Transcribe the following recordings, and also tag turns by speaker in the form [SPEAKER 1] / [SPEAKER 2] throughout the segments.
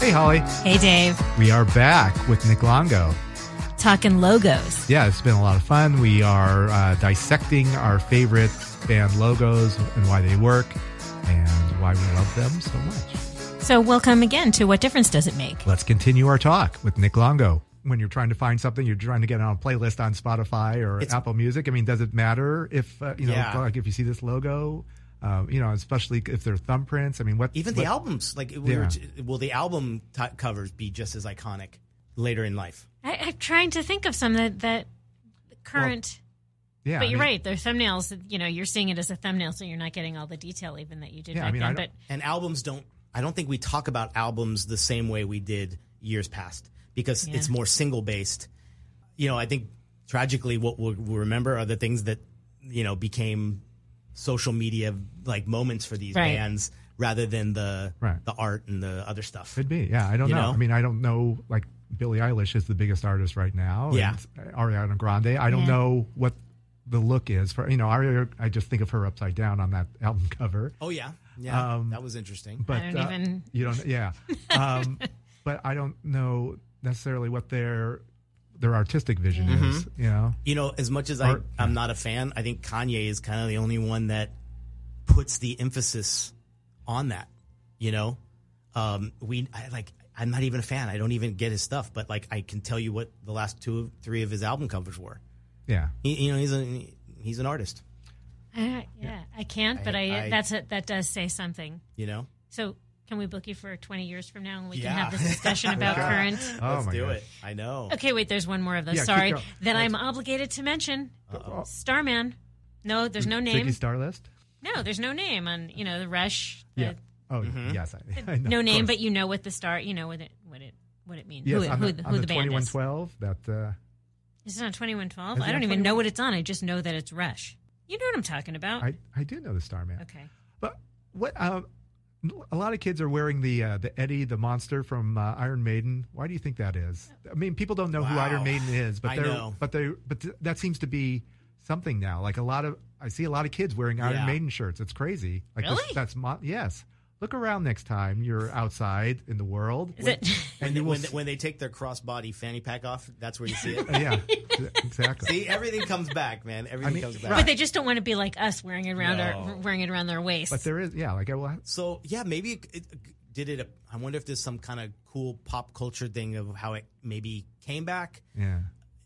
[SPEAKER 1] Hey, Holly.
[SPEAKER 2] Hey, Dave.
[SPEAKER 1] We are back with Nick Longo.
[SPEAKER 2] Talking logos.
[SPEAKER 1] Yeah, it's been a lot of fun. We are uh, dissecting our favorite band logos and why they work and why we love them so much.
[SPEAKER 2] So, welcome again to What Difference Does It Make?
[SPEAKER 1] Let's continue our talk with Nick Longo. When you're trying to find something, you're trying to get it on a playlist on Spotify or
[SPEAKER 3] It's-
[SPEAKER 1] Apple Music. I mean, does it matter if uh, you know,
[SPEAKER 3] Yeah.
[SPEAKER 1] like if you see this logo, uh, you know, especially if they're thumbprints? I mean, what
[SPEAKER 3] Even
[SPEAKER 1] what-
[SPEAKER 3] the albums, like we were
[SPEAKER 1] Yeah.
[SPEAKER 3] t- will the album t- covers be just as iconic later in life?
[SPEAKER 4] I, I'm trying to think of some that that current.
[SPEAKER 1] Yeah,
[SPEAKER 4] but
[SPEAKER 1] I
[SPEAKER 4] you're
[SPEAKER 1] mean-
[SPEAKER 4] right. Their thumbnails. You know, you're seeing it as a thumbnail, so you're not getting all the detail even that you did
[SPEAKER 1] Yeah, I
[SPEAKER 4] back
[SPEAKER 1] mean, I
[SPEAKER 4] then.
[SPEAKER 1] don't-
[SPEAKER 4] But
[SPEAKER 3] And albums don't. I don't think we talk about albums the same way we did years past because it's more single based. You know, I think tragically, what we'll, we'll remember are the things that you know became social media like moments for these
[SPEAKER 4] Right.
[SPEAKER 3] bands rather than the
[SPEAKER 1] Right.
[SPEAKER 3] the art and the other stuff.
[SPEAKER 1] Could be. Yeah, I don't
[SPEAKER 3] You
[SPEAKER 1] know.
[SPEAKER 3] know?
[SPEAKER 1] I mean, I don't know. Like Billie Eilish is the biggest artist right now.
[SPEAKER 3] Yeah.
[SPEAKER 1] and Ariana Grande. I don't know what the look is for. You know, Ariana. I just think of her upside down on that album cover.
[SPEAKER 3] Oh yeah, yeah,
[SPEAKER 1] Um,
[SPEAKER 3] that was interesting.
[SPEAKER 1] But uh,
[SPEAKER 4] don't even-
[SPEAKER 1] you don't. Yeah. Um, but I don't know necessarily what their their artistic vision
[SPEAKER 3] Mm-hmm.
[SPEAKER 1] is. You know.
[SPEAKER 3] You know, as much as I,
[SPEAKER 1] Or-
[SPEAKER 3] I'm not a fan, I think Kanye is kind of the only one that puts the emphasis on that. You know, um, we I, like I'm not even a fan. I don't even get his stuff, but like I can tell you what the last two, of, three of his album covers were.
[SPEAKER 1] Yeah.
[SPEAKER 3] He, you know, he's a he's an artist.
[SPEAKER 4] I, yeah, I can't. but I,
[SPEAKER 3] I-
[SPEAKER 4] that's a, that does say something.
[SPEAKER 3] You know,
[SPEAKER 4] So can we book you for 20 years from now, and we
[SPEAKER 3] Yeah.
[SPEAKER 4] can have this discussion about current?
[SPEAKER 1] Oh
[SPEAKER 3] let's
[SPEAKER 1] my
[SPEAKER 3] do
[SPEAKER 1] gosh.
[SPEAKER 3] it. I know.
[SPEAKER 4] Okay, wait. There's one more of those.
[SPEAKER 1] Yeah, keep
[SPEAKER 4] Sorry.
[SPEAKER 1] going. Uh,
[SPEAKER 4] That I'm obligated to mention. Starman. No, there's no
[SPEAKER 1] Ziggy
[SPEAKER 4] name. Uh,
[SPEAKER 1] Starlist.
[SPEAKER 4] No, there's no name on you know the Rush. The,
[SPEAKER 1] Yeah. Oh
[SPEAKER 3] Mm-hmm.
[SPEAKER 1] yes. I, I know,
[SPEAKER 4] no
[SPEAKER 1] of
[SPEAKER 4] name,
[SPEAKER 1] course.
[SPEAKER 4] but you know what the star. You know what it what it what it means.
[SPEAKER 1] yes,
[SPEAKER 4] who it-
[SPEAKER 1] on
[SPEAKER 4] who,
[SPEAKER 1] the,
[SPEAKER 4] the,
[SPEAKER 1] on
[SPEAKER 4] who
[SPEAKER 1] the
[SPEAKER 4] the band is.
[SPEAKER 1] 2112. That. Uh,
[SPEAKER 4] Is it on
[SPEAKER 1] Is
[SPEAKER 4] 2112?
[SPEAKER 1] it
[SPEAKER 4] I
[SPEAKER 1] on
[SPEAKER 4] don't even know what it's on. I just know that it's Rush. You know what I'm talking about.
[SPEAKER 1] I I do know the Starman.
[SPEAKER 4] okay.
[SPEAKER 1] But what? Um, a lot of kids are wearing the uh, the Eddie the monster from uh, Iron Maiden. Why do you think that is? I mean, people don't know who
[SPEAKER 3] Wow.
[SPEAKER 1] Iron Maiden is, but
[SPEAKER 3] I
[SPEAKER 1] they're
[SPEAKER 3] know.
[SPEAKER 1] but they but th- that seems to be something now. Like a lot of I see a lot of kids wearing Iron
[SPEAKER 3] Yeah.
[SPEAKER 1] Maiden shirts. It's crazy. Like this-
[SPEAKER 4] Really?
[SPEAKER 1] that's mon- yes. Look around next time you're outside in the world.
[SPEAKER 4] Is it?
[SPEAKER 3] When, they,
[SPEAKER 1] you will
[SPEAKER 3] when, they,
[SPEAKER 1] s-
[SPEAKER 3] when they take their crossbody fanny pack off, that's where you see it.
[SPEAKER 1] Uh, yeah, exactly.
[SPEAKER 3] see, everything comes back, man. Everything
[SPEAKER 1] mean,
[SPEAKER 3] comes back.
[SPEAKER 1] right.
[SPEAKER 4] but they just don't want to be like us wearing it around
[SPEAKER 3] No.
[SPEAKER 4] our wearing it around their waist.
[SPEAKER 1] But there is yeah, like I will.
[SPEAKER 3] So yeah, maybe it, it, did it. I wonder if there's some kind of cool pop culture thing of how it maybe came back.
[SPEAKER 1] Yeah,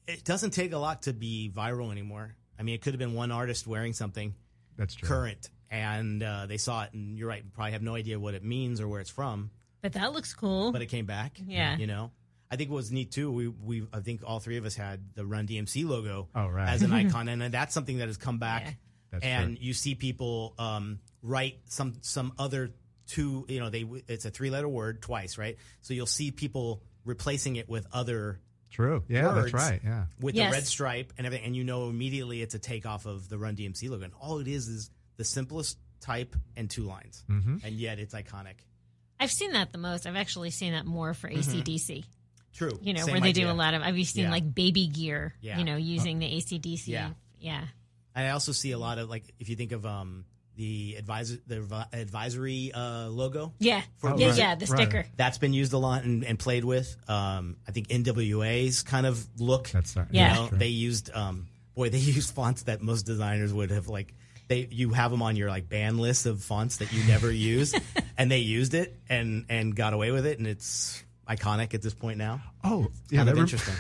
[SPEAKER 3] It doesn't take a lot to be viral anymore. I mean, it could have been one artist wearing something
[SPEAKER 1] that's true.
[SPEAKER 3] current, and uh, they saw it, and you're right, probably have no idea what it means or where it's from,
[SPEAKER 4] But that looks cool.
[SPEAKER 3] but it came back.
[SPEAKER 4] Yeah.
[SPEAKER 3] you know. I think what was neat too. We we I think all three of us had the Run DMC logo
[SPEAKER 1] Oh, right.
[SPEAKER 3] as an icon, and that's something that has come back.
[SPEAKER 1] That's
[SPEAKER 3] and
[SPEAKER 1] true.
[SPEAKER 3] you see people um, write some some other two. You know, they it's a three letter word twice, right? So you'll see people replacing it with other
[SPEAKER 1] True. Yeah,
[SPEAKER 3] words
[SPEAKER 1] that's right. Yeah.
[SPEAKER 3] with
[SPEAKER 4] Yes.
[SPEAKER 3] the red stripe and everything, and you know immediately it's a takeoff of the Run DMC logo. And all it is is the simplest type and two lines,
[SPEAKER 1] Mm-hmm.
[SPEAKER 3] and yet it's iconic.
[SPEAKER 4] I've seen that the most. I've actually seen that more for
[SPEAKER 1] Mm-hmm.
[SPEAKER 4] ACDC.
[SPEAKER 3] True.
[SPEAKER 4] You know,
[SPEAKER 3] Same
[SPEAKER 4] where they do
[SPEAKER 3] idea.
[SPEAKER 4] a lot of. I've seen
[SPEAKER 3] Yeah.
[SPEAKER 4] like baby gear.
[SPEAKER 3] Yeah.
[SPEAKER 4] You know, using the ACDC.
[SPEAKER 3] Yeah.
[SPEAKER 4] Yeah.
[SPEAKER 3] I also see a lot of like if you think of um the advisor the advi- advisory uh, logo.
[SPEAKER 4] Yeah.
[SPEAKER 3] For-
[SPEAKER 4] yeah,
[SPEAKER 3] Right.
[SPEAKER 4] yeah, the
[SPEAKER 1] Right.
[SPEAKER 4] sticker.
[SPEAKER 3] That's been used a lot and, and played with. Um, I think NWA's kind of look.
[SPEAKER 1] That's uh, not-
[SPEAKER 3] you
[SPEAKER 4] Yeah.
[SPEAKER 3] know,
[SPEAKER 1] Sure.
[SPEAKER 3] they used um, boy, they used fonts that most designers would have like they you have them on your like ban list of fonts that you never use, and they used it and and got away with it, and it's iconic at this point now.
[SPEAKER 1] Oh, yeah,
[SPEAKER 3] kind of
[SPEAKER 1] that rem-
[SPEAKER 3] interesting.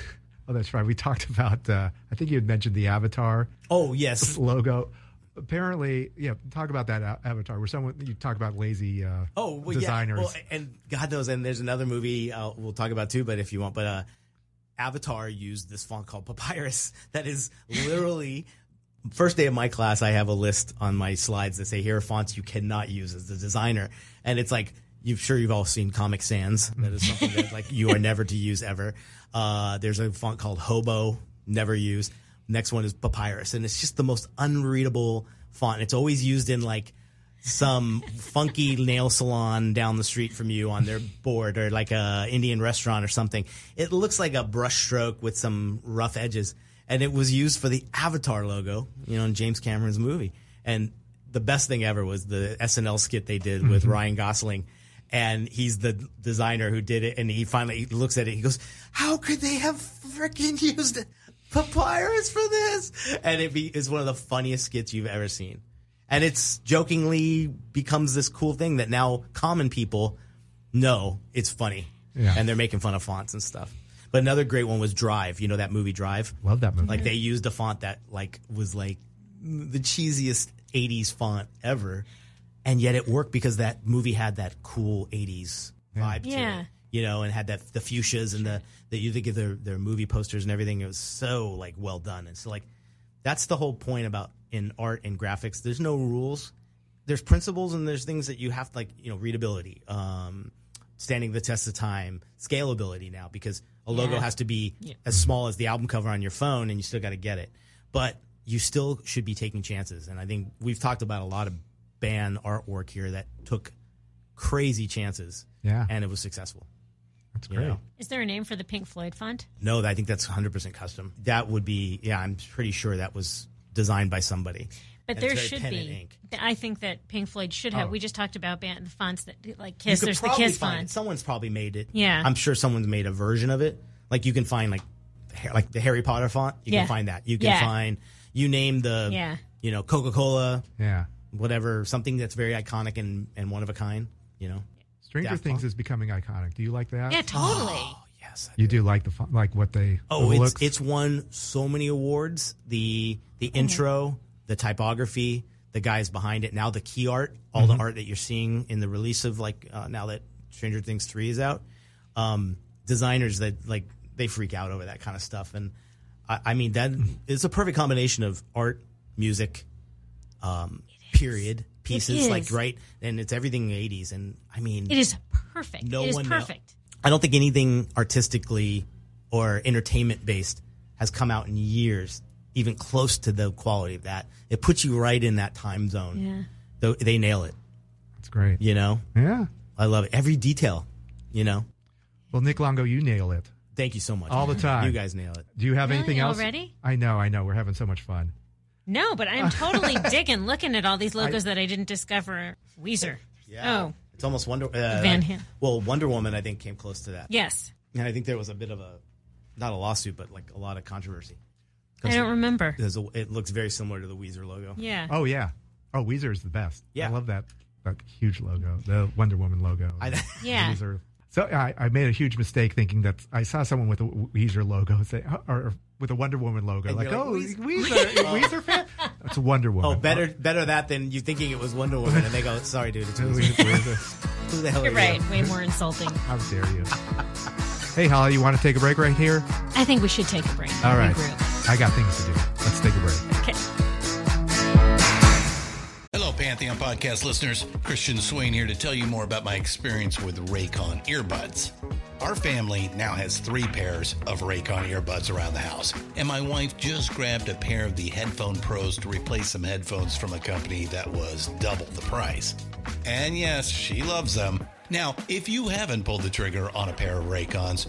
[SPEAKER 1] Oh, that's right. We talked about. Uh, I think you had mentioned the Avatar
[SPEAKER 3] Oh yes.
[SPEAKER 1] logo. Apparently, yeah. Talk about that a- Avatar, where someone you talk about lazy uh,
[SPEAKER 3] Oh, well,
[SPEAKER 1] designers.
[SPEAKER 3] Yeah. Well, and God knows, and there's another movie uh, we'll talk about too, but if you want, but uh, Avatar used this font called Papyrus that is literally. First day of my class, I have a list on my slides that say here are fonts you cannot use as a designer, and it's like you've sure you've all seen Comic Sans. That is something that like you are never to use ever. Uh, there's a font called Hobo, never use. Next one is Papyrus, and it's just the most unreadable font. It's always used in like some funky nail salon down the street from you on their board or like a Indian restaurant or something. It looks like a brush stroke with some rough edges. And it was used for the Avatar logo, you know, in James Cameron's movie. And the best thing ever was the SNL skit they did with Ryan Gosling. And he's the designer who did it. And he finally looks at it. He goes, How could they have freaking used papyrus for this? And it be, is one of the funniest skits you've ever seen and it's jokingly becomes this cool thing that now common people know it's funny
[SPEAKER 1] Yeah.
[SPEAKER 3] and they're making fun of fonts and stuff but another great one was drive you know that movie drive
[SPEAKER 1] Love that movie.
[SPEAKER 3] like they used a font that like was like the cheesiest 80s font ever and yet it worked because that movie had that cool 80s vibe to
[SPEAKER 4] Yeah.
[SPEAKER 3] it you know and had that the fuchsias and the that you think of their their movie posters and everything it was so like well done and so like that's the whole point about in art and graphics there's no rules there's principles and there's things that you have to like you know readability um standing the test of time scalability now because a logo
[SPEAKER 4] Yeah.
[SPEAKER 3] has to be as small as the album cover on your phone and you still got to get it but you still should be taking chances and i think we've talked about a lot of band artwork here that took crazy chances
[SPEAKER 1] Yeah.
[SPEAKER 3] and it was successful
[SPEAKER 1] that's
[SPEAKER 3] you
[SPEAKER 1] great.
[SPEAKER 3] know.
[SPEAKER 4] Is there a name for the Pink Floyd font?
[SPEAKER 3] no i think that's 100% custom that would be yeah i'm pretty sure that was designed by somebody
[SPEAKER 4] But
[SPEAKER 3] And
[SPEAKER 4] there
[SPEAKER 3] it's very
[SPEAKER 4] should
[SPEAKER 3] pen
[SPEAKER 4] be.
[SPEAKER 3] and ink. Oh.
[SPEAKER 4] I think that Pink Floyd should have. We just talked about band, the fonts that like
[SPEAKER 3] You
[SPEAKER 4] Kiss.
[SPEAKER 3] could
[SPEAKER 4] There's the
[SPEAKER 3] probably
[SPEAKER 4] Kiss
[SPEAKER 3] find it.
[SPEAKER 4] font.
[SPEAKER 3] Someone's probably made it.
[SPEAKER 4] Yeah.
[SPEAKER 3] I'm sure someone's made a version of it. Like you can find like the Har- like the Harry Potter font. You
[SPEAKER 4] Yeah.
[SPEAKER 3] can find that. You can
[SPEAKER 4] Yeah.
[SPEAKER 3] find you name the
[SPEAKER 4] Yeah.
[SPEAKER 3] you know Coca Cola
[SPEAKER 1] Yeah.
[SPEAKER 3] whatever something that's very iconic and and one of a kind. You know.
[SPEAKER 1] Stranger
[SPEAKER 3] Daft
[SPEAKER 1] Things
[SPEAKER 3] Punk.
[SPEAKER 1] is becoming iconic. Do you like that?
[SPEAKER 4] Yeah, totally.
[SPEAKER 3] Oh, Yes.
[SPEAKER 1] You do like the fun, like what they.
[SPEAKER 3] Oh,
[SPEAKER 1] the
[SPEAKER 3] it's
[SPEAKER 1] looks?
[SPEAKER 3] it's won so many awards. The the intro, the typography, the guys behind it. Now the key art, all the art that you're seeing in the release of like uh, now that Stranger Things three is out. Um, designers that like they freak out over that kind of stuff, and I, I mean that it's a perfect combination of art, music, um, period pieces like
[SPEAKER 4] is.
[SPEAKER 3] right, and it's everything '80s. And I mean,
[SPEAKER 4] It is perfect.
[SPEAKER 3] No
[SPEAKER 4] it is
[SPEAKER 3] one know-
[SPEAKER 4] perfect.
[SPEAKER 3] I don't think anything artistically or entertainment based has come out in years even close to the quality of that. It puts you right in that time zone.
[SPEAKER 4] Yeah.
[SPEAKER 3] Though they nail it,
[SPEAKER 1] It's great.
[SPEAKER 3] you know.
[SPEAKER 1] Yeah.
[SPEAKER 3] I love it. Every detail, you know.
[SPEAKER 1] Well, Nick Longo, you nail it.
[SPEAKER 3] Thank you so much.
[SPEAKER 1] All the
[SPEAKER 3] man.
[SPEAKER 1] time.
[SPEAKER 3] You guys nail it.
[SPEAKER 1] Do you have
[SPEAKER 4] Really?
[SPEAKER 1] anything else?
[SPEAKER 4] Already?
[SPEAKER 1] I know, I know. We're having so much fun.
[SPEAKER 4] No, but I'm totally digging looking at all these logos that I didn't discover. Weezer. Oh,
[SPEAKER 3] It's almost Wonder uh, Van
[SPEAKER 4] Van Halen.
[SPEAKER 3] Well, Wonder Woman I think came close to that.
[SPEAKER 4] yes.
[SPEAKER 3] And I think there was a bit of a not a lawsuit but like a lot of controversy.
[SPEAKER 4] I don't remember.
[SPEAKER 3] There's a- it looks very similar to the Weezer logo.
[SPEAKER 4] Yeah.
[SPEAKER 1] Oh yeah. Oh, Weezer is the best.
[SPEAKER 3] Yeah.
[SPEAKER 1] I love that that huge logo, the Wonder Woman logo.
[SPEAKER 3] I,
[SPEAKER 4] yeah.
[SPEAKER 1] Weezer. So I, I made a huge mistake thinking that I saw someone with a Weezer logo say, or with a Wonder Woman logo,
[SPEAKER 3] And
[SPEAKER 1] like,
[SPEAKER 3] you're like,
[SPEAKER 1] oh,
[SPEAKER 3] Weez-
[SPEAKER 1] Weezer, Weezer fan. It's Wonder Woman.
[SPEAKER 3] Oh, better better that than you thinking it was Wonder Woman, and they go, "Sorry, dude, it's
[SPEAKER 1] Oh,
[SPEAKER 3] Weezer."
[SPEAKER 1] Weezer, Weezer.
[SPEAKER 3] Who the hell
[SPEAKER 4] You're
[SPEAKER 3] are
[SPEAKER 4] right.
[SPEAKER 3] you?
[SPEAKER 4] Way more insulting.
[SPEAKER 1] How dare you? Hey, Holly, you want to take a break right here?
[SPEAKER 4] I think we should take a break.
[SPEAKER 1] All right.
[SPEAKER 4] Regroup.
[SPEAKER 1] I got things to do. Let's take a break.
[SPEAKER 4] Okay.
[SPEAKER 5] Hello, Pantheon podcast listeners. Christian Swain here to tell you more about my experience with Raycon earbuds. Our family now has three pairs of Raycon earbuds around the house, and my wife just grabbed a pair of the Headphone Pros to replace some headphones from a company that was double the price. And yes, she loves them. Now, if you haven't pulled the trigger on a pair of Raycons,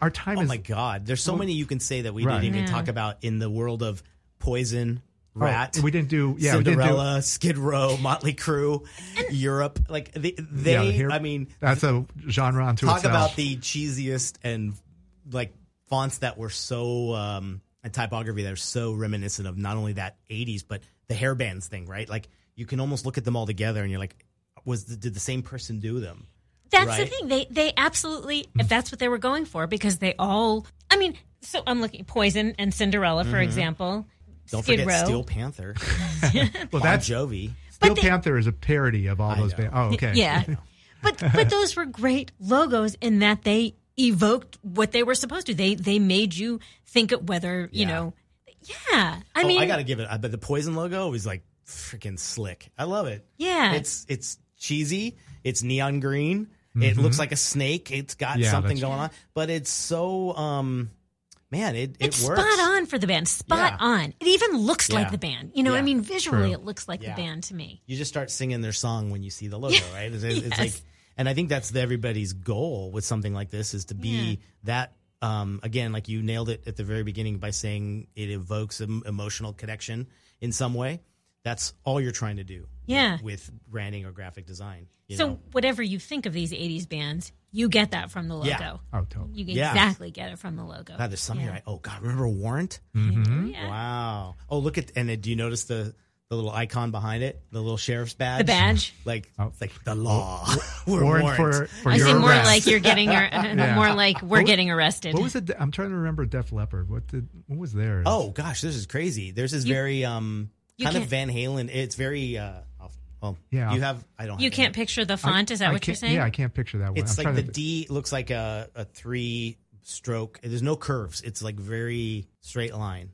[SPEAKER 1] Our time
[SPEAKER 3] Oh
[SPEAKER 1] is
[SPEAKER 3] my God. There's so many you can say that we
[SPEAKER 1] Right.
[SPEAKER 3] didn't even talk about in the world of poison,
[SPEAKER 1] Oh,
[SPEAKER 3] rat.
[SPEAKER 1] we didn't do yeah. we didn't do-
[SPEAKER 3] Cinderella, Skid Row, Motley Crue, Europe. Like they, they
[SPEAKER 1] yeah, here-
[SPEAKER 3] I mean,
[SPEAKER 1] that's a genre unto
[SPEAKER 3] talk
[SPEAKER 1] itself.
[SPEAKER 3] about the cheesiest and like fonts that were so um and typography that are so reminiscent of not only that 80s but the hair bands thing, right? Like you can almost look at them all together and you're like was the, did the same person do them?
[SPEAKER 4] That's the
[SPEAKER 3] Right.
[SPEAKER 4] thing.
[SPEAKER 3] Mm-hmm.
[SPEAKER 4] They they absolutely if that's what they were going for because they all I mean, so I'm looking Poison and Cinderella, for example.
[SPEAKER 3] Mm-hmm. Don't
[SPEAKER 4] Skid
[SPEAKER 3] forget
[SPEAKER 4] Row.
[SPEAKER 3] Steel Panther,
[SPEAKER 1] well,
[SPEAKER 3] Bon
[SPEAKER 1] that's
[SPEAKER 3] Jovi.
[SPEAKER 1] Steel
[SPEAKER 4] they-
[SPEAKER 1] Panther is a parody of all those
[SPEAKER 3] know.
[SPEAKER 1] bands. Oh, okay.
[SPEAKER 4] Yeah. but but those were great logos in that they evoked what they were supposed to. They they made you think of whether, you
[SPEAKER 3] Yeah.
[SPEAKER 4] know. Yeah. I
[SPEAKER 3] I
[SPEAKER 4] mean
[SPEAKER 3] oh, I got to give it I- but the Poison logo is like freaking slick. I love it.
[SPEAKER 4] Yeah.
[SPEAKER 3] It's it's cheesy, it's neon green. It looks like a snake. It's got
[SPEAKER 1] Mm-hmm. Yeah,
[SPEAKER 3] something
[SPEAKER 1] that's-
[SPEAKER 3] going on, but it's so um man, it it
[SPEAKER 4] it's
[SPEAKER 3] works.
[SPEAKER 4] spot on for the band. Spot
[SPEAKER 3] Yeah.
[SPEAKER 4] on. It even looks
[SPEAKER 3] Yeah.
[SPEAKER 4] like the band. You know, I
[SPEAKER 3] Yeah.
[SPEAKER 4] mean visually
[SPEAKER 1] True.
[SPEAKER 4] it looks like
[SPEAKER 3] Yeah.
[SPEAKER 4] the band to me.
[SPEAKER 3] you just start singing their song when you see the logo, right? It's, it's
[SPEAKER 4] Yes.
[SPEAKER 3] like, and I think that's the, everybody's goal with something like this is to be that. Um, again, like you nailed it at the very beginning by saying it evokes an emotional connection in some way. That's all you're trying to do.
[SPEAKER 4] Yeah.
[SPEAKER 3] With, with branding or graphic design. you
[SPEAKER 4] so
[SPEAKER 3] know?
[SPEAKER 4] whatever you think of these 80s bands, you get that from the logo.
[SPEAKER 3] Yeah.
[SPEAKER 1] Oh, totally.
[SPEAKER 4] You
[SPEAKER 3] Yeah.
[SPEAKER 4] exactly get it from the logo.
[SPEAKER 3] God, there's some here. I, oh God, remember Warrant?
[SPEAKER 4] Mm-hmm.
[SPEAKER 1] Mm-hmm.
[SPEAKER 4] Yeah.
[SPEAKER 3] Wow. Oh, look at and uh, do you notice the the little icon behind it, the little sheriff's badge,
[SPEAKER 4] The badge.
[SPEAKER 3] like it's like the law. We're
[SPEAKER 1] Oh. Warrant for, for
[SPEAKER 4] I
[SPEAKER 1] your
[SPEAKER 4] see more
[SPEAKER 1] arrest.
[SPEAKER 4] like you're getting, ar- more like we're
[SPEAKER 1] What-
[SPEAKER 4] getting arrested.
[SPEAKER 1] What was it? I'm trying to remember Def Leppard. What did? What was theirs?
[SPEAKER 3] Oh gosh, this is crazy. There's this very um
[SPEAKER 4] you
[SPEAKER 3] kind of
[SPEAKER 4] can't-
[SPEAKER 3] Van Halen. It's very uh off- well,
[SPEAKER 1] Yeah.
[SPEAKER 3] You have I don't.
[SPEAKER 4] You
[SPEAKER 3] have
[SPEAKER 4] can't
[SPEAKER 3] it.
[SPEAKER 4] picture the font. Is that
[SPEAKER 1] I
[SPEAKER 4] what you're
[SPEAKER 1] can't-
[SPEAKER 4] saying?
[SPEAKER 1] Yeah, I can't picture that one.
[SPEAKER 3] It's
[SPEAKER 1] I'm
[SPEAKER 3] like
[SPEAKER 1] trying to,
[SPEAKER 3] the D looks like a a three stroke. There's no curves. It's like very straight line.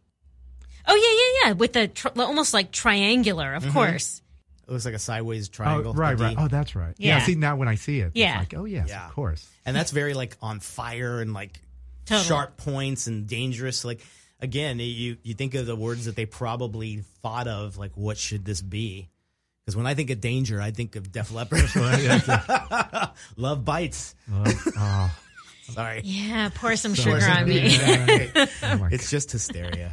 [SPEAKER 4] oh yeah, yeah, yeah. With the tr- almost like triangular,
[SPEAKER 1] Mm-hmm.
[SPEAKER 4] of course.
[SPEAKER 3] It looks like a sideways triangle.
[SPEAKER 1] Oh, right,
[SPEAKER 3] the
[SPEAKER 1] right.
[SPEAKER 3] D.
[SPEAKER 1] Oh, that's right. Yeah.
[SPEAKER 4] Yeah.
[SPEAKER 1] See now when I see it,
[SPEAKER 4] Yeah.
[SPEAKER 1] it's like, oh yes,
[SPEAKER 3] Yeah.
[SPEAKER 1] of course.
[SPEAKER 3] And that's very like on fire and like
[SPEAKER 4] Totally.
[SPEAKER 3] sharp points and dangerous. Like again, you you think of the words that they probably thought of. Like what should this be? Because when I think of danger, I think of Def Leppard. Love bites.
[SPEAKER 1] Oh, oh,
[SPEAKER 3] Sorry.
[SPEAKER 4] Yeah, pour some
[SPEAKER 1] So-
[SPEAKER 4] sugar on me.
[SPEAKER 1] oh my
[SPEAKER 3] It's just hysteria.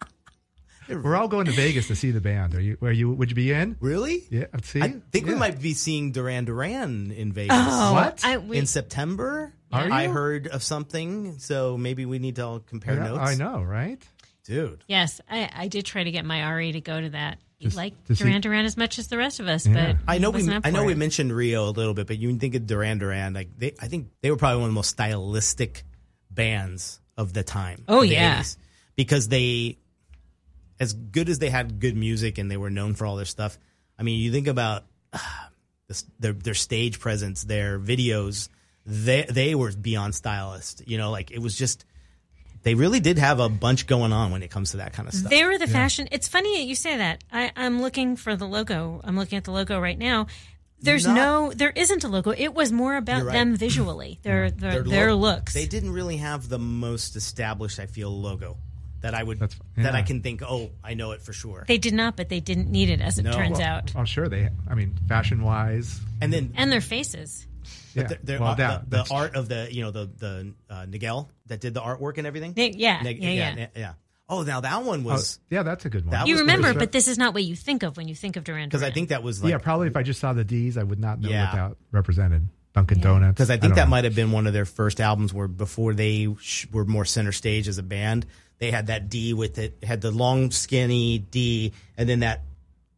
[SPEAKER 1] God. We're all going to Vegas to see the band. Are you? Are you? Would you be in?
[SPEAKER 3] really?
[SPEAKER 1] Yeah. uh, See.
[SPEAKER 3] I think we
[SPEAKER 1] Yeah.
[SPEAKER 3] might be seeing Duran Duran in Vegas
[SPEAKER 4] Oh,
[SPEAKER 1] What?
[SPEAKER 4] I, we,
[SPEAKER 3] in September.
[SPEAKER 1] Are
[SPEAKER 3] I
[SPEAKER 1] you?
[SPEAKER 3] heard of something, so maybe we need to all compare
[SPEAKER 1] Yeah,
[SPEAKER 3] notes.
[SPEAKER 1] I know, right?
[SPEAKER 3] dude.
[SPEAKER 4] yes, I, I did try to get my Ari to go to that. You
[SPEAKER 1] Just
[SPEAKER 4] like
[SPEAKER 1] to see-
[SPEAKER 4] Duran Duran as much as the rest of us,
[SPEAKER 1] Yeah.
[SPEAKER 4] but
[SPEAKER 3] I know we
[SPEAKER 4] wasn't up
[SPEAKER 3] I know
[SPEAKER 4] for
[SPEAKER 3] we
[SPEAKER 4] it.
[SPEAKER 3] mentioned Rio a little bit, but you think of Duran Duran, like they I think they were probably one of the most stylistic bands of the time.
[SPEAKER 4] Oh,
[SPEAKER 3] of the
[SPEAKER 4] yeah.
[SPEAKER 3] 80s. because they as good as they had good music and they were known for all their stuff. I mean, you think about uh, this, their their stage presence, their videos, they they were beyond stylist. You know, like it was just they really did have a bunch going on when it comes to that kind of stuff.
[SPEAKER 4] They were the fashion. It's funny that you say that. I, I'm looking for the logo. I'm looking at the logo right now. There's
[SPEAKER 3] Not-
[SPEAKER 4] no, there isn't a logo. It was more about
[SPEAKER 3] You're right.
[SPEAKER 4] them visually, their their, their, looks.
[SPEAKER 3] They didn't really have the most established, I feel, logo that I would
[SPEAKER 1] That's-
[SPEAKER 3] that I
[SPEAKER 1] yeah.
[SPEAKER 3] can think. Oh, I know it for sure.
[SPEAKER 4] They did not, but they didn't need it, as it
[SPEAKER 3] No.
[SPEAKER 4] turns
[SPEAKER 3] Well,
[SPEAKER 4] out.
[SPEAKER 1] I'm sure they. I mean, fashion wise,
[SPEAKER 3] and then
[SPEAKER 4] And their faces.
[SPEAKER 1] yeah.
[SPEAKER 3] the, the,
[SPEAKER 1] well,
[SPEAKER 3] uh,
[SPEAKER 1] that-
[SPEAKER 3] the,
[SPEAKER 1] that's-
[SPEAKER 3] the art of the you know the the uh, Nigel that did the artwork and everything.
[SPEAKER 4] They- yeah,
[SPEAKER 3] Nig-
[SPEAKER 4] yeah, yeah.
[SPEAKER 3] yeah, yeah. Oh, now that one
[SPEAKER 1] oh,
[SPEAKER 3] was
[SPEAKER 1] yeah, that's a good one.
[SPEAKER 3] That
[SPEAKER 4] You
[SPEAKER 3] was
[SPEAKER 4] remember,
[SPEAKER 3] pretty-
[SPEAKER 4] but this is not what you think of when you think of Duran.
[SPEAKER 3] because I
[SPEAKER 4] Duran.
[SPEAKER 3] think that was like
[SPEAKER 1] yeah, probably if I just saw the D's, I would not know
[SPEAKER 3] Yeah.
[SPEAKER 1] what that represented. Dunkin' Donuts.
[SPEAKER 3] Because I think
[SPEAKER 1] don't
[SPEAKER 3] that
[SPEAKER 1] know.
[SPEAKER 3] might have been one of their first albums where before they sh- were more center stage as a band, they had that D with it, had the long, skinny D, and then that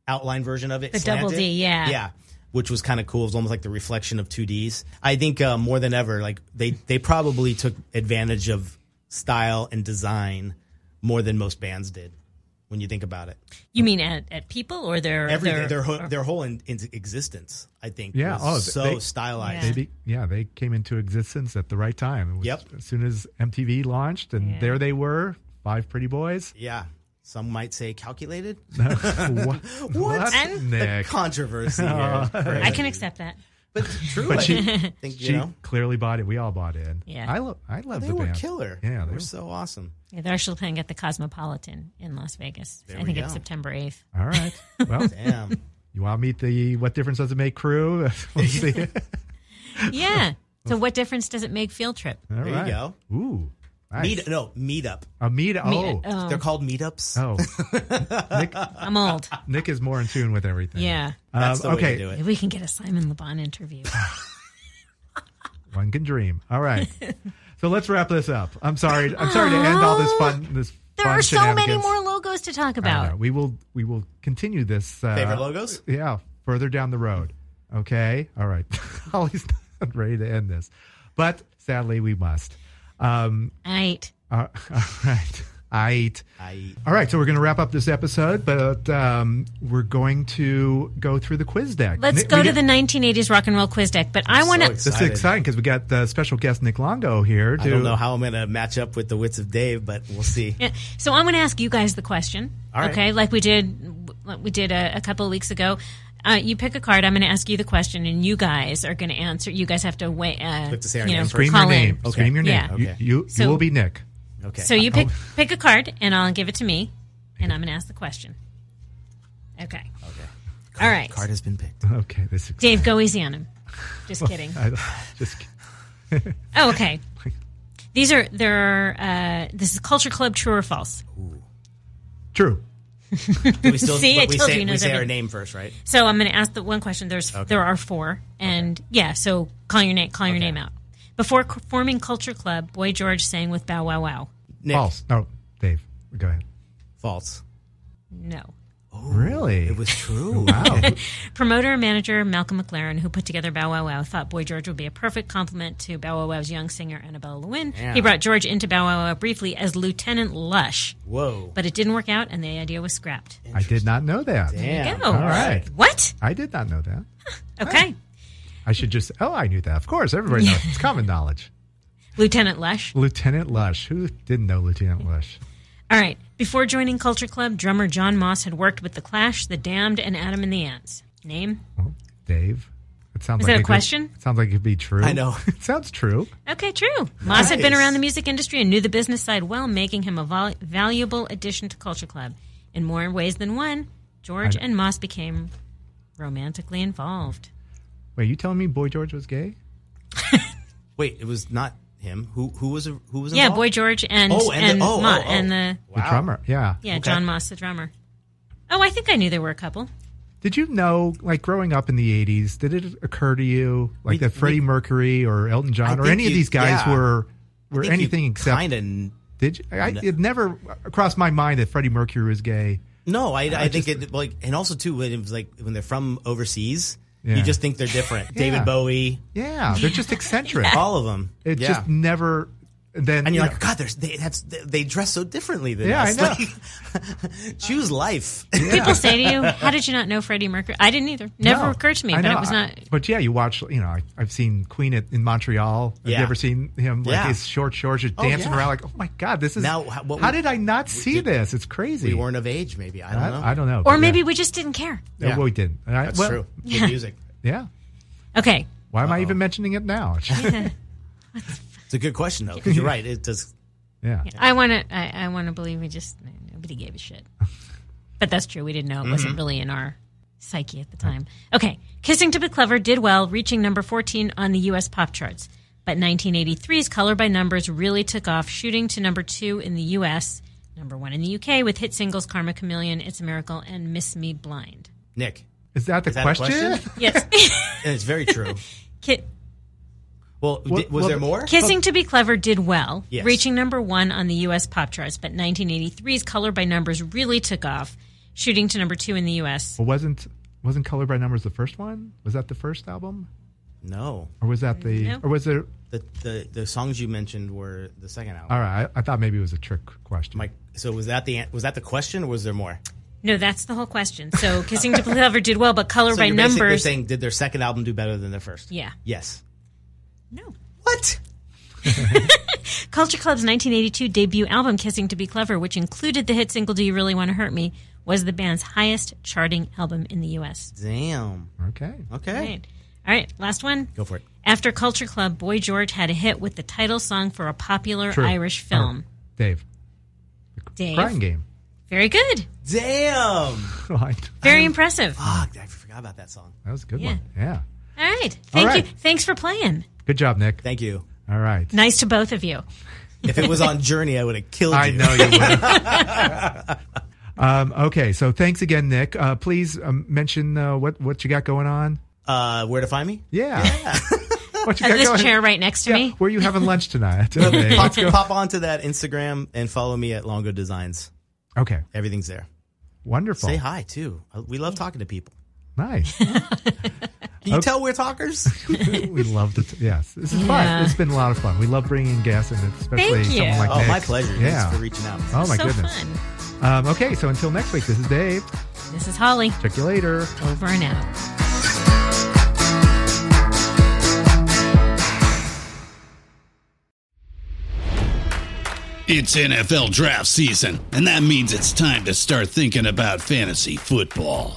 [SPEAKER 3] outline version of it.
[SPEAKER 4] The double
[SPEAKER 3] slanted.
[SPEAKER 4] D, yeah.
[SPEAKER 3] Yeah. Which was kind of cool. It was almost like the reflection of two Ds. I think uh, more than ever, like they, they probably took advantage of style and design more than most bands did when you think about it.
[SPEAKER 4] you mean at, at people or their
[SPEAKER 3] Every, their,
[SPEAKER 4] their,
[SPEAKER 3] their, whole- their whole in, in existence, I think,
[SPEAKER 1] Yeah,
[SPEAKER 3] was
[SPEAKER 1] oh,
[SPEAKER 3] so
[SPEAKER 1] they-
[SPEAKER 3] stylized.
[SPEAKER 1] They be, yeah, they came into existence at the right time. It was
[SPEAKER 3] Yep.
[SPEAKER 1] As soon as MTV launched, and there they were, five pretty boys.
[SPEAKER 3] Yeah. Some might say calculated.
[SPEAKER 1] what? what?
[SPEAKER 4] And
[SPEAKER 3] The
[SPEAKER 1] Nick.
[SPEAKER 3] controversy here. is crazy.
[SPEAKER 4] I can accept that.
[SPEAKER 3] but true.
[SPEAKER 1] But
[SPEAKER 3] I
[SPEAKER 1] she-
[SPEAKER 3] think you
[SPEAKER 1] she
[SPEAKER 3] know
[SPEAKER 1] clearly bought it. We all bought in.
[SPEAKER 4] Yeah.
[SPEAKER 1] I love. I love
[SPEAKER 3] they
[SPEAKER 1] the
[SPEAKER 3] were
[SPEAKER 1] band.
[SPEAKER 3] killer.
[SPEAKER 1] Yeah, they
[SPEAKER 3] they
[SPEAKER 1] were-
[SPEAKER 3] were so awesome.
[SPEAKER 4] Yeah, they're actually playing at the Cosmopolitan in Las Vegas. I
[SPEAKER 3] we
[SPEAKER 4] think it's
[SPEAKER 3] go.
[SPEAKER 4] September eighth.
[SPEAKER 1] All right. Well,
[SPEAKER 3] Damn.
[SPEAKER 1] you want to meet the What Difference Does It Make crew? we'll see.
[SPEAKER 4] Yeah. so what difference does it make field trip?
[SPEAKER 1] All
[SPEAKER 3] There you
[SPEAKER 1] right.
[SPEAKER 3] go.
[SPEAKER 1] Ooh. Nice.
[SPEAKER 3] Meet no meetup.
[SPEAKER 1] A meet. Oh.
[SPEAKER 4] Oh,
[SPEAKER 3] They're called meetups.
[SPEAKER 1] Oh. Nick,
[SPEAKER 4] I'm old.
[SPEAKER 1] Nick is more in tune with everything.
[SPEAKER 4] Yeah.
[SPEAKER 3] That's the
[SPEAKER 1] Um, okay.
[SPEAKER 3] way to do it.
[SPEAKER 4] Maybe we can get a Simon LeBon interview.
[SPEAKER 1] One can dream. All right. so let's wrap this up. I'm sorry. I'm sorry to end all this fun. This
[SPEAKER 4] There
[SPEAKER 1] fun
[SPEAKER 4] are so many
[SPEAKER 1] shenanigans.
[SPEAKER 4] more logos to talk
[SPEAKER 1] I know.
[SPEAKER 4] about.
[SPEAKER 1] We will. We will continue this. Uh,
[SPEAKER 3] Favorite logos?
[SPEAKER 1] Yeah, further down the road. Okay. All right. Holly's not ready to end this, but sadly we must. Um,
[SPEAKER 4] Right.
[SPEAKER 1] uh, all right. I eat.
[SPEAKER 3] I
[SPEAKER 1] All right, so we're going to wrap up this episode, but um, we're going to go through the quiz deck.
[SPEAKER 4] Let's
[SPEAKER 1] Nick-
[SPEAKER 4] go
[SPEAKER 1] we
[SPEAKER 4] to
[SPEAKER 1] get-
[SPEAKER 4] the 1980s rock and roll quiz deck, but I want to.
[SPEAKER 3] so
[SPEAKER 1] This is exciting because we got uh, special guest Nick Longo here. To,
[SPEAKER 3] I don't know how I'm going to match up with the wits of Dave, but we'll see.
[SPEAKER 4] Yeah. So I'm going to ask you guys the question.
[SPEAKER 3] All right.
[SPEAKER 4] Okay, like we did, like we did a, a couple of weeks ago. Uh, you pick a card. I'm going to ask you the question, and you guys are going to answer. You guys have to wait. Uh,
[SPEAKER 3] have to say our
[SPEAKER 4] you
[SPEAKER 3] name
[SPEAKER 4] know,
[SPEAKER 3] first.
[SPEAKER 1] Scream
[SPEAKER 4] call
[SPEAKER 1] your name.
[SPEAKER 4] in.
[SPEAKER 1] Scream your name.
[SPEAKER 4] Yeah.
[SPEAKER 1] You,
[SPEAKER 3] Okay.
[SPEAKER 1] you,
[SPEAKER 4] So-
[SPEAKER 1] you will be Nick.
[SPEAKER 3] Okay.
[SPEAKER 4] So you pick pick a card, and I'll give it to me, and I'm going to ask the question. Okay. Okay. All right.
[SPEAKER 3] Uh, card has been picked.
[SPEAKER 1] Okay, this is
[SPEAKER 4] Dave, go easy on him. Just kidding.
[SPEAKER 1] I, just kid-
[SPEAKER 4] Oh, okay. These are there. Are, uh, this is Culture Club. True or false?
[SPEAKER 1] true.
[SPEAKER 3] Do we still,
[SPEAKER 4] See,
[SPEAKER 3] but
[SPEAKER 4] I
[SPEAKER 3] we
[SPEAKER 4] told
[SPEAKER 3] say,
[SPEAKER 4] you he
[SPEAKER 3] we
[SPEAKER 4] knows
[SPEAKER 3] say our
[SPEAKER 4] everything.
[SPEAKER 3] name first, right?
[SPEAKER 4] So I'm going to ask the one question. There's there are four, and yeah. So call your name. Call your name out. Before c- forming Culture Club, Boy George sang with Bow Wow Wow.
[SPEAKER 3] Nick.
[SPEAKER 1] False. No, Dave, go ahead.
[SPEAKER 3] False.
[SPEAKER 4] No.
[SPEAKER 1] really?
[SPEAKER 3] It was true.
[SPEAKER 1] wow.
[SPEAKER 4] Promoter and manager Malcolm McLaren, who put together Bow Wow Wow, thought Boy George would be a perfect complement to Bow Wow Wow's young singer Annabelle Lewin. He brought George into Bow Wow Wow briefly as Lieutenant Lush,
[SPEAKER 3] Whoa.
[SPEAKER 4] but it didn't work out, and the idea was scrapped.
[SPEAKER 1] I did not know that.
[SPEAKER 3] Damn.
[SPEAKER 4] Go.
[SPEAKER 1] All right.
[SPEAKER 4] What?
[SPEAKER 1] I did not know that.
[SPEAKER 4] Okay.
[SPEAKER 1] I should just. Oh, I knew that. Of course, everybody knows. It's common knowledge.
[SPEAKER 4] Lieutenant Lush.
[SPEAKER 1] Lieutenant Lush. Who didn't know Lieutenant Lush?
[SPEAKER 4] All right. Before joining Culture Club, drummer John Moss had worked with The Clash, The Damned, and Adam and the Ants. Name?
[SPEAKER 1] Well, Dave. It sounds
[SPEAKER 4] Is
[SPEAKER 1] like
[SPEAKER 4] that a
[SPEAKER 1] it could-
[SPEAKER 4] question?
[SPEAKER 1] sounds like it could be true.
[SPEAKER 3] I know.
[SPEAKER 1] it sounds true.
[SPEAKER 4] Okay, true. Moss had been
[SPEAKER 3] Nice.
[SPEAKER 4] around the music industry and knew the business side well, making him a vol- valuable addition to Culture Club. In more ways than one, George
[SPEAKER 1] I-
[SPEAKER 4] and Moss became romantically involved.
[SPEAKER 1] Wait, you telling me Boy George was gay?
[SPEAKER 3] Wait, it was not him. Who who was who was
[SPEAKER 4] Yeah,
[SPEAKER 3] involved?
[SPEAKER 4] Boy George and
[SPEAKER 3] Oh, and the-
[SPEAKER 4] and,
[SPEAKER 3] oh,
[SPEAKER 4] Ma-
[SPEAKER 3] oh, oh.
[SPEAKER 4] and the
[SPEAKER 1] The drummer. Yeah.
[SPEAKER 4] yeah John Moss, the drummer. Oh, I think I knew there were a couple.
[SPEAKER 1] Did you know, like growing up in the '80s, did it occur to you, like
[SPEAKER 3] We-
[SPEAKER 1] that Freddie
[SPEAKER 3] we-
[SPEAKER 1] Mercury or Elton
[SPEAKER 3] I
[SPEAKER 1] John or
[SPEAKER 3] think
[SPEAKER 1] any of
[SPEAKER 3] you-
[SPEAKER 1] these guys
[SPEAKER 3] yeah.
[SPEAKER 1] were were anything except?
[SPEAKER 3] kind of
[SPEAKER 1] did you? I, It never crossed my mind that Freddie Mercury was gay.
[SPEAKER 3] No, I, I, think it like, and also too, when it was like when they're from overseas,
[SPEAKER 1] Yeah.
[SPEAKER 3] you just think they're different.
[SPEAKER 1] Yeah.
[SPEAKER 3] David Bowie,
[SPEAKER 1] Yeah, they're just eccentric.
[SPEAKER 3] all of them.
[SPEAKER 1] It
[SPEAKER 3] yeah.
[SPEAKER 1] just never. Then
[SPEAKER 3] and you're
[SPEAKER 1] you
[SPEAKER 3] like,
[SPEAKER 1] know,
[SPEAKER 3] God, there's, they have they dress so differently than
[SPEAKER 1] Yeah, I
[SPEAKER 3] us.
[SPEAKER 1] know.
[SPEAKER 3] Like, choose life.
[SPEAKER 4] People say to you, "How did you not know Freddie Mercury?" I didn't either. Never
[SPEAKER 1] no.
[SPEAKER 4] occurred to me,
[SPEAKER 1] I
[SPEAKER 4] but
[SPEAKER 1] know,
[SPEAKER 4] it was
[SPEAKER 1] I-
[SPEAKER 4] not.
[SPEAKER 1] but yeah, you watch. You know, I, I've seen Queen at, in Montreal. Have
[SPEAKER 3] Yeah.
[SPEAKER 1] you ever seen him? Like
[SPEAKER 3] Yeah.
[SPEAKER 1] his short shorts, just dancing
[SPEAKER 3] yeah.
[SPEAKER 1] around. Like, oh my God, this is.
[SPEAKER 3] Now, how- what
[SPEAKER 1] how
[SPEAKER 3] we-
[SPEAKER 1] did I not see this? It's crazy.
[SPEAKER 3] we weren't of age, maybe. I don't know.
[SPEAKER 1] I, I don't know.
[SPEAKER 4] Or
[SPEAKER 1] but
[SPEAKER 4] maybe
[SPEAKER 1] yeah.
[SPEAKER 4] we just didn't care.
[SPEAKER 1] No,
[SPEAKER 3] Yeah.
[SPEAKER 1] well, we didn't. And I-
[SPEAKER 3] That's
[SPEAKER 1] well,
[SPEAKER 3] true. Good music.
[SPEAKER 1] Yeah.
[SPEAKER 4] Okay.
[SPEAKER 1] Why am I even mentioning it now?
[SPEAKER 3] It's a good question though, because you're right. It does.
[SPEAKER 1] yeah.
[SPEAKER 4] I want to. I, I want to believe we just nobody gave a shit. But that's true. We didn't know it wasn't really in our psyche at the time. Okay, "Kissing to Be Clever" did well, reaching number 14 on the U.S. pop charts. But 1983's "Color by Numbers" really took off, shooting to number two in the U.S., number one in the U.K. with hit singles "Karma Chameleon," "It's a Miracle," and "Miss Me Blind."
[SPEAKER 3] Nick,
[SPEAKER 1] Is that the
[SPEAKER 3] is that a
[SPEAKER 1] question?
[SPEAKER 3] question?
[SPEAKER 4] Yes,
[SPEAKER 3] and it's very true.
[SPEAKER 4] Ki-
[SPEAKER 3] Well, di-
[SPEAKER 1] What-
[SPEAKER 3] was
[SPEAKER 1] well,
[SPEAKER 3] there
[SPEAKER 1] the-
[SPEAKER 3] more?
[SPEAKER 4] Kissing to Be Clever did well,
[SPEAKER 3] Yes.
[SPEAKER 4] reaching number one on the U.S. pop charts, but 1983's Color by Numbers really took off, shooting to number two in the U.S.
[SPEAKER 1] Well, wasn't wasn't Color by Numbers the first one? Was that the first album,
[SPEAKER 3] No,
[SPEAKER 1] or was that the,
[SPEAKER 4] No.
[SPEAKER 1] or was there?
[SPEAKER 3] the, the the songs you mentioned were the second album.
[SPEAKER 1] All right, I, I thought maybe it was a trick question.
[SPEAKER 3] Mike, so was that the an- was that the question, or was there more?
[SPEAKER 4] No, that's the whole question. So Kissing to Be Clever did well, but Color
[SPEAKER 3] So
[SPEAKER 4] by
[SPEAKER 3] you're basically
[SPEAKER 4] Numbers.
[SPEAKER 3] saying did their second album do better than their first?
[SPEAKER 4] Yeah.
[SPEAKER 3] Yes.
[SPEAKER 4] no.
[SPEAKER 3] What?
[SPEAKER 4] Culture Club's 1982 debut album, Kissing to Be Clever, which included the hit single Do You Really Want to Hurt Me, was the band's highest charting album in the U.S.
[SPEAKER 3] Damn.
[SPEAKER 1] Okay,
[SPEAKER 3] Okay.
[SPEAKER 4] All right. All right, last one.
[SPEAKER 3] Go for it.
[SPEAKER 4] After Culture Club, Boy George had a hit with the title song for a popular
[SPEAKER 1] True.
[SPEAKER 4] Irish film.
[SPEAKER 1] Or- Dave,
[SPEAKER 4] Dave.
[SPEAKER 1] Crying Game.
[SPEAKER 4] Very good.
[SPEAKER 3] Damn.
[SPEAKER 1] Right.
[SPEAKER 4] Very impressive.
[SPEAKER 3] Fuck, I forgot about that song.
[SPEAKER 1] that was a good
[SPEAKER 4] Yeah.
[SPEAKER 1] one. Yeah,
[SPEAKER 4] All right. Thank
[SPEAKER 1] right.
[SPEAKER 4] you. Thanks for playing.
[SPEAKER 1] good job, Nick.
[SPEAKER 3] Thank you.
[SPEAKER 1] All right,
[SPEAKER 4] Nice to both of you.
[SPEAKER 3] If it was on Journey, I would have killed you.
[SPEAKER 1] I know you would. um, okay, so thanks again, Nick. Uh, please um, mention uh, what what you got going on.
[SPEAKER 3] Uh, where to find me?
[SPEAKER 1] Yeah, what you
[SPEAKER 4] Uh,
[SPEAKER 1] got
[SPEAKER 4] this
[SPEAKER 1] going?
[SPEAKER 4] chair right next to
[SPEAKER 1] Yeah,
[SPEAKER 4] me.
[SPEAKER 1] where you having lunch tonight? Okay,
[SPEAKER 3] Pop,
[SPEAKER 1] let's go.
[SPEAKER 3] pop onto that Instagram and follow me at Longo Designs.
[SPEAKER 1] Okay,
[SPEAKER 3] Everything's there.
[SPEAKER 1] wonderful.
[SPEAKER 3] Say hi too. Uh, We love talking to people.
[SPEAKER 1] Nice.
[SPEAKER 3] Can you tell we're talkers?
[SPEAKER 1] we love to. yes, this is
[SPEAKER 4] Yeah.
[SPEAKER 1] fun. It's been a lot of fun. We love bringing guests, and especially
[SPEAKER 4] Thank you.
[SPEAKER 1] someone like
[SPEAKER 3] oh,
[SPEAKER 1] Nick.
[SPEAKER 3] my pleasure. Thanks
[SPEAKER 1] Yeah.
[SPEAKER 3] for reaching out.
[SPEAKER 1] Oh my
[SPEAKER 4] so
[SPEAKER 1] goodness.
[SPEAKER 4] fun.
[SPEAKER 1] Um, okay, so until next week, this is Dave.
[SPEAKER 4] This is Holly.
[SPEAKER 1] Check you later.
[SPEAKER 4] Over and out.
[SPEAKER 6] It's NFL draft season, and that means it's time to start thinking about fantasy football.